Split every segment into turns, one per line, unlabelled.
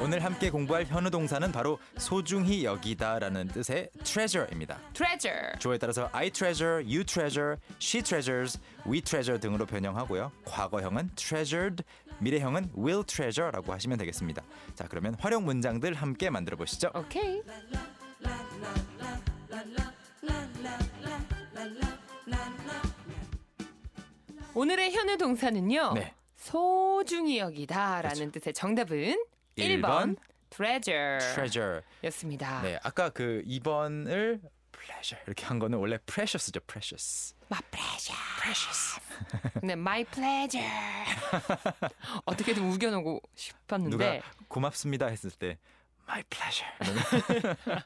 오늘 함께 공부할 현우 동사는 바로 소중히 여기다라는 뜻의 treasure입니다.
treasure.
주어에 따라서 I treasure, you treasure, she treasures, we treasure 등으로 변형하고요. 과거형은 treasured, 미래형은 will treasure라고 하시면 되겠습니다. 자, 그러면 활용 문장들 함께 만들어 보시죠.
오케이. 오늘의 현우 동사는요.
네. 그렇죠.
소중히 여기다라는 뜻의 정답은
일
1번
번,
treasure
treasure.
였습니다.
네, 아까 그 2번을 pleasure 이렇게 한 거는 원래 precious죠, precious.
My pleasure. 네, my pleasure. 어떻게든 우겨놓고 싶었는데
누가 고맙습니다 했을 때 my pleasure. 네.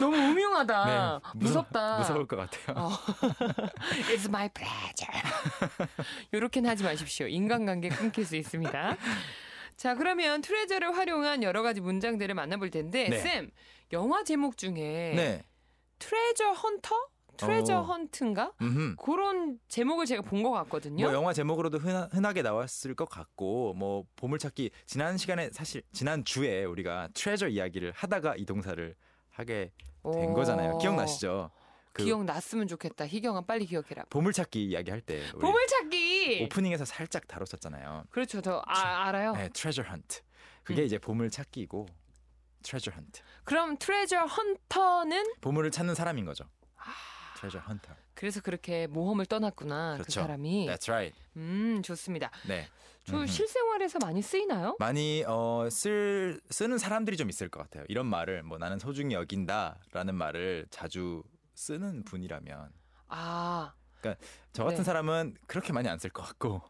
너무 음흉하다.
무서-
아, 무섭다.
무서울 것 같아요.
어. It's my pleasure. 요렇게는 하지 마십시오. 인간관계 끊길 수 있습니다. 자, 그러면 트레저를 활용한 여러 가지 문장들을 만나볼 텐데,
네.
쌤, 영화 제목 중에
네.
트레저 헌터? 트레저
어.
헌트인가?
음흠.
그런 제목을 제가 본 것 같거든요.
뭐 영화 제목으로도 흔하, 흔하게 나왔을 것 같고 뭐 보물찾기 지난 시간에 사실 지난 주에 우리가 트레저 이야기를 하다가 이 동사를 하게 된
오.
거잖아요. 기억나시죠? 그
어. 기억났으면 좋겠다. 희경아, 빨리 기억해라.
보물찾기 이야기할 때 우리
보물찾기!
오프닝에서 살짝 다뤘었잖아요.
그렇죠. 저 아, 알아요.
네, 트레저 헌트.
음.
그게 이제 보물찾기고 트레저 헌트.
그럼 트레저 헌터는
보물을 찾는 사람인 거죠.
아.
트레저 헌터.
그래서 그렇게 모험을 떠났구나. 그
그렇죠.
사람이.
That's right.
음, 좋습니다.
네.
저
음.
실생활에서 많이 쓰이나요?
많이 어, 쓸 쓰는 사람들이 좀 있을 것 같아요. 이런 말을 뭐 나는 소중히 여긴다라는 말을 자주 쓰는 분이라면
아,
저 같은
네.
사람은 그렇게 많이 안 쓸 것 같고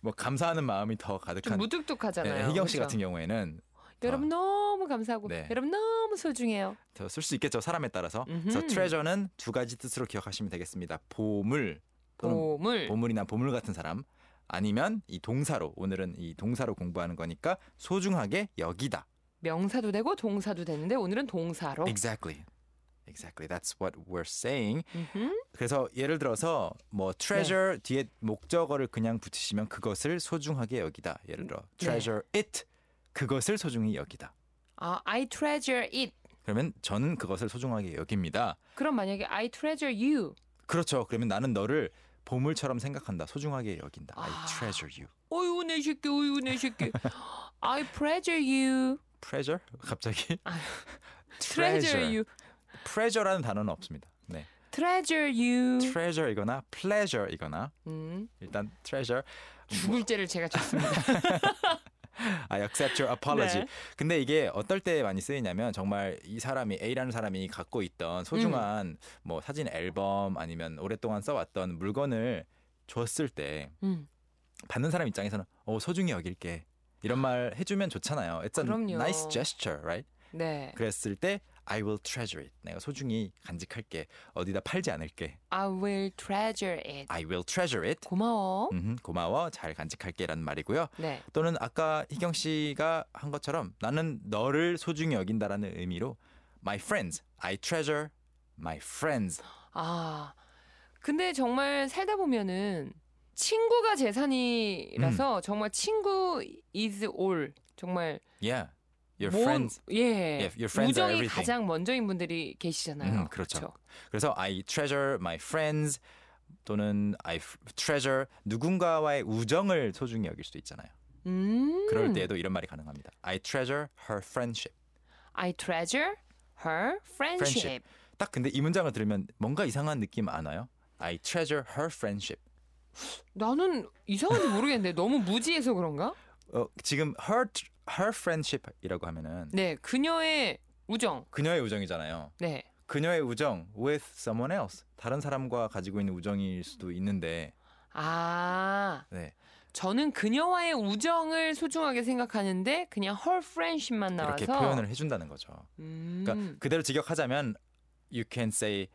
뭐 감사하는 마음이 더
좀
가득한
무뚝뚝하잖아요.
네, 희경 씨
그렇죠?
같은 경우에는
여러분 너무 감사하고
네.
여러분 너무 소중해요.
더 쓸 수 있겠죠 사람에 따라서.
음흠.
그래서 트레저는 두 가지 뜻으로 기억하시면 되겠습니다. 보물 또는
보물.
보물이나 보물 같은 사람 아니면 이 동사로 오늘은 이 동사로 공부하는 거니까 소중하게 여기다
명사도 되고 동사도 되는데 오늘은 동사로.
Exactly. Exactly. That's what we're saying.
음흠.
그래서 예를 들어서 뭐 treasure
네.
뒤에 목적어를 그냥 붙이시면 그것을 소중하게 여기다. 예를 들어
네.
treasure it 그것을 소중히 여기다.
아, I treasure it.
그러면 저는 그것을 소중하게 여깁니다.
그럼 만약에 I treasure you.
그렇죠. 그러면 나는 너를 보물처럼 생각한다. 소중하게 여긴다.
아.
I treasure you.
어유 내 새끼, 어유 내 새끼. I treasure you.
treasure? 갑자기
아, treasure you.
treasure라는 단어는 없습니다. 네.
treasure you.
treasure이거나 pleasure이거나
음,
일단 treasure
죽을 죄를 제가 졌습니다.
I accept your apology.
네.
근데 이게 어떨 때 많이 쓰이냐면 정말 이 사람이 A라는 사람이 갖고 있던 소중한
음.
뭐 사진 앨범 아니면 오랫동안 써왔던 물건을 줬을 때
음.
받는 사람 입장에서는 어 소중히 여길게 이런 말 해주면 좋잖아요. It's a
그럼요.
nice gesture, right?
네.
그랬을 때 I will treasure it. 내가 소중히 간직할게. 어디다 팔지 않을게.
I will treasure it.
I will treasure it.
고마워.
음흠, 고마워. 잘 간직할게라는 말이고요.
네.
또는 아까 희경 씨가 한 것처럼 나는 너를 소중히 여긴다라는 의미로 my friends, I treasure my friends.
아, 근데 정말 살다 보면은 친구가 재산이라서
음.
정말 친구 is all 정말
Yeah, your
모은-
friends.
예
Yeah, your friends are
우정이
everything.
가장 먼저인 분들이 계시잖아요.
음, 그렇죠. 그래서 I treasure my friends 또는 I f- treasure 누군가와의 우정을 소중히 여길 수도 있잖아요.
음,
그럴 때에도 이런 말이 가능합니다. I treasure her friendship.
I treasure her friendship.
Friendship. 딱 근데 이 문장을 들으면 뭔가 이상한 느낌 안 와요? I treasure her friendship.
나는 이상한지 모르겠는데 너무 무지해서 그런가?
어, 지금 her her friendship이라고 하면은
네, 그녀의 우정.
그녀의 우정이잖아요.
네.
그녀의 우정 with someone else 다른 사람과 가지고 있는 우정일 수도 있는데
아,
네,
저는 그녀와의 우정을 소중하게 생각하는데 그냥 her friendship만 나와서
이렇게 표현을 해준다는 거죠.
음.
그러니까 그대로 직역하자면 you can say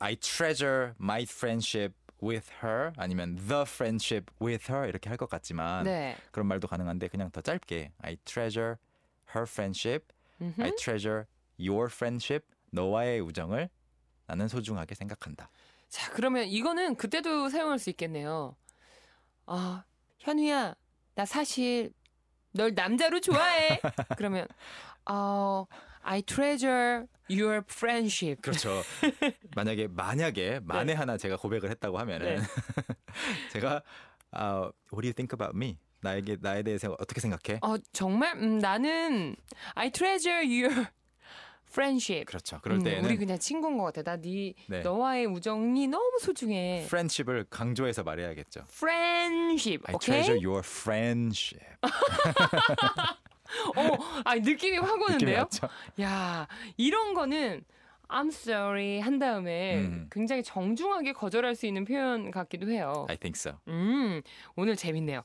I treasure my friendship with her 아니면 the friendship with her 이렇게 할 것 같지만
네.
그런 말도 가능한데 그냥 더 짧게 I treasure her friendship,
음흠.
I treasure your friendship 너와의 우정을 나는 소중하게 생각한다.
자, 그러면 이거는 그때도 사용할 수 있겠네요. 아, 현우야, 나 사실 널 남자로 좋아해. 그러면 어, I treasure your friendship.
그렇죠. 만약에 만약에
네.
만에 하나 제가 고백을 했다고 하면은 제가 아 What do you think about me? 나에게 나에 대해서 어떻게 생각해?
어, 정말 음, 나는 I treasure your friendship.
그렇죠. 그럴
음,
때에는
우리 그냥 친구인 것 같아. 나네
네.
너와의 우정이 너무 소중해.
friendship을 강조해서 말해야겠죠.
friendship.
I
오케이. 아,
treasure your friendship.
어, 아 느낌이 확
느낌이
오는데요.
왔죠?
야, 이런 거는 I'm sorry 한 다음에
음.
굉장히 정중하게 거절할 수 있는 표현 같기도 해요.
I think so.
음, 오늘 재밌네요.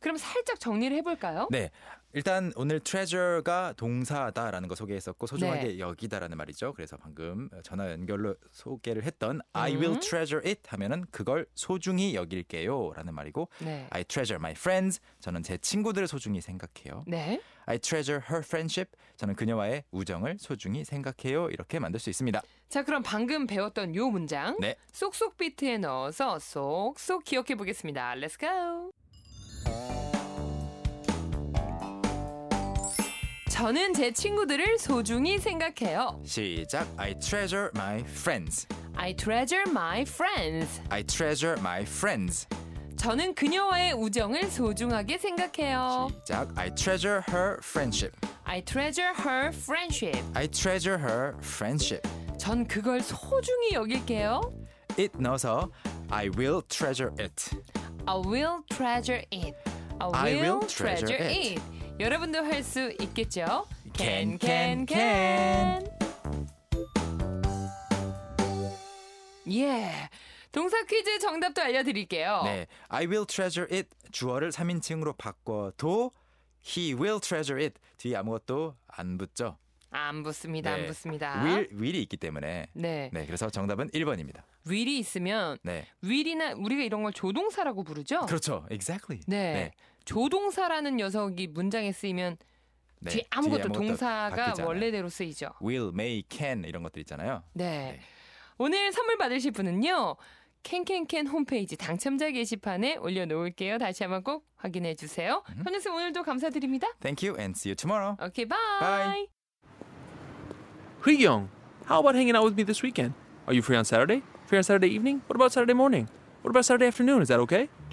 그럼 살짝 정리를 해볼까요?
네. 일단 오늘 treasure가 동사다라는 거 소개했었고 소중하게
네.
여기다라는 말이죠. 그래서 방금 전화 연결로 소개를 했던 I
음.
will treasure it 하면은 그걸 소중히 여길게요라는 말이고
네.
I treasure my friends 저는 제 친구들을 소중히 생각해요.
네.
I treasure her friendship 저는 그녀와의 우정을 소중히 생각해요. 이렇게 만들 수 있습니다.
자, 그럼 방금 배웠던 요 문장
네.
쏙쏙 비트에 넣어서 쏙쏙 기억해 보겠습니다. Let's go. 저는 제 친구들을 소중히 생각해요.
시작. I treasure my friends.
I treasure my friends.
I treasure my friends.
저는 그녀와의 우정을 소중하게 생각해요.
시작. I treasure her friendship.
I treasure her friendship.
I treasure her friendship.
전 그걸 소중히 여길게요.
it 넣어서 I will treasure it.
I will treasure it.
I will treasure it.
여러분도 할 수 있겠죠?
Can, can,
예. 동사 퀴즈 정답도 알려드릴게요.
네, I will treasure it 주어를 3인칭으로 바꿔도 he will treasure it 뒤에 아무것도 안 붙죠.
안 붙습니다. 안
네.
붙습니다.
will will이 있기 때문에
네.
네, 그래서 정답은 1번입니다.
will이 있으면
네,
will이나 우리가 이런 걸 조동사라고 부르죠?
그렇죠, exactly.
어. 네.
네.
조동사라는 녀석이 문장에 쓰이면
네,
뒤에 아무것도 동사가
바뀌지 않아요.
원래대로 쓰이죠.
will, may, can 이런 것들 있잖아요.
네.
네.
오늘 선물 받으실 분은요. 캔캔캔 홈페이지 당첨자 게시판에 올려놓을게요. 다시 한번 꼭 확인해 주세요. 현우 쌤 오늘도 감사드립니다.
Thank you and see you tomorrow.
오케이 음. 바이.
바이.
Young, how about hanging out with me this weekend? Are you free on Saturday? Free on Saturday evening? What about Saturday morning? What about Saturday afternoon? Is that okay? Do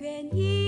괜히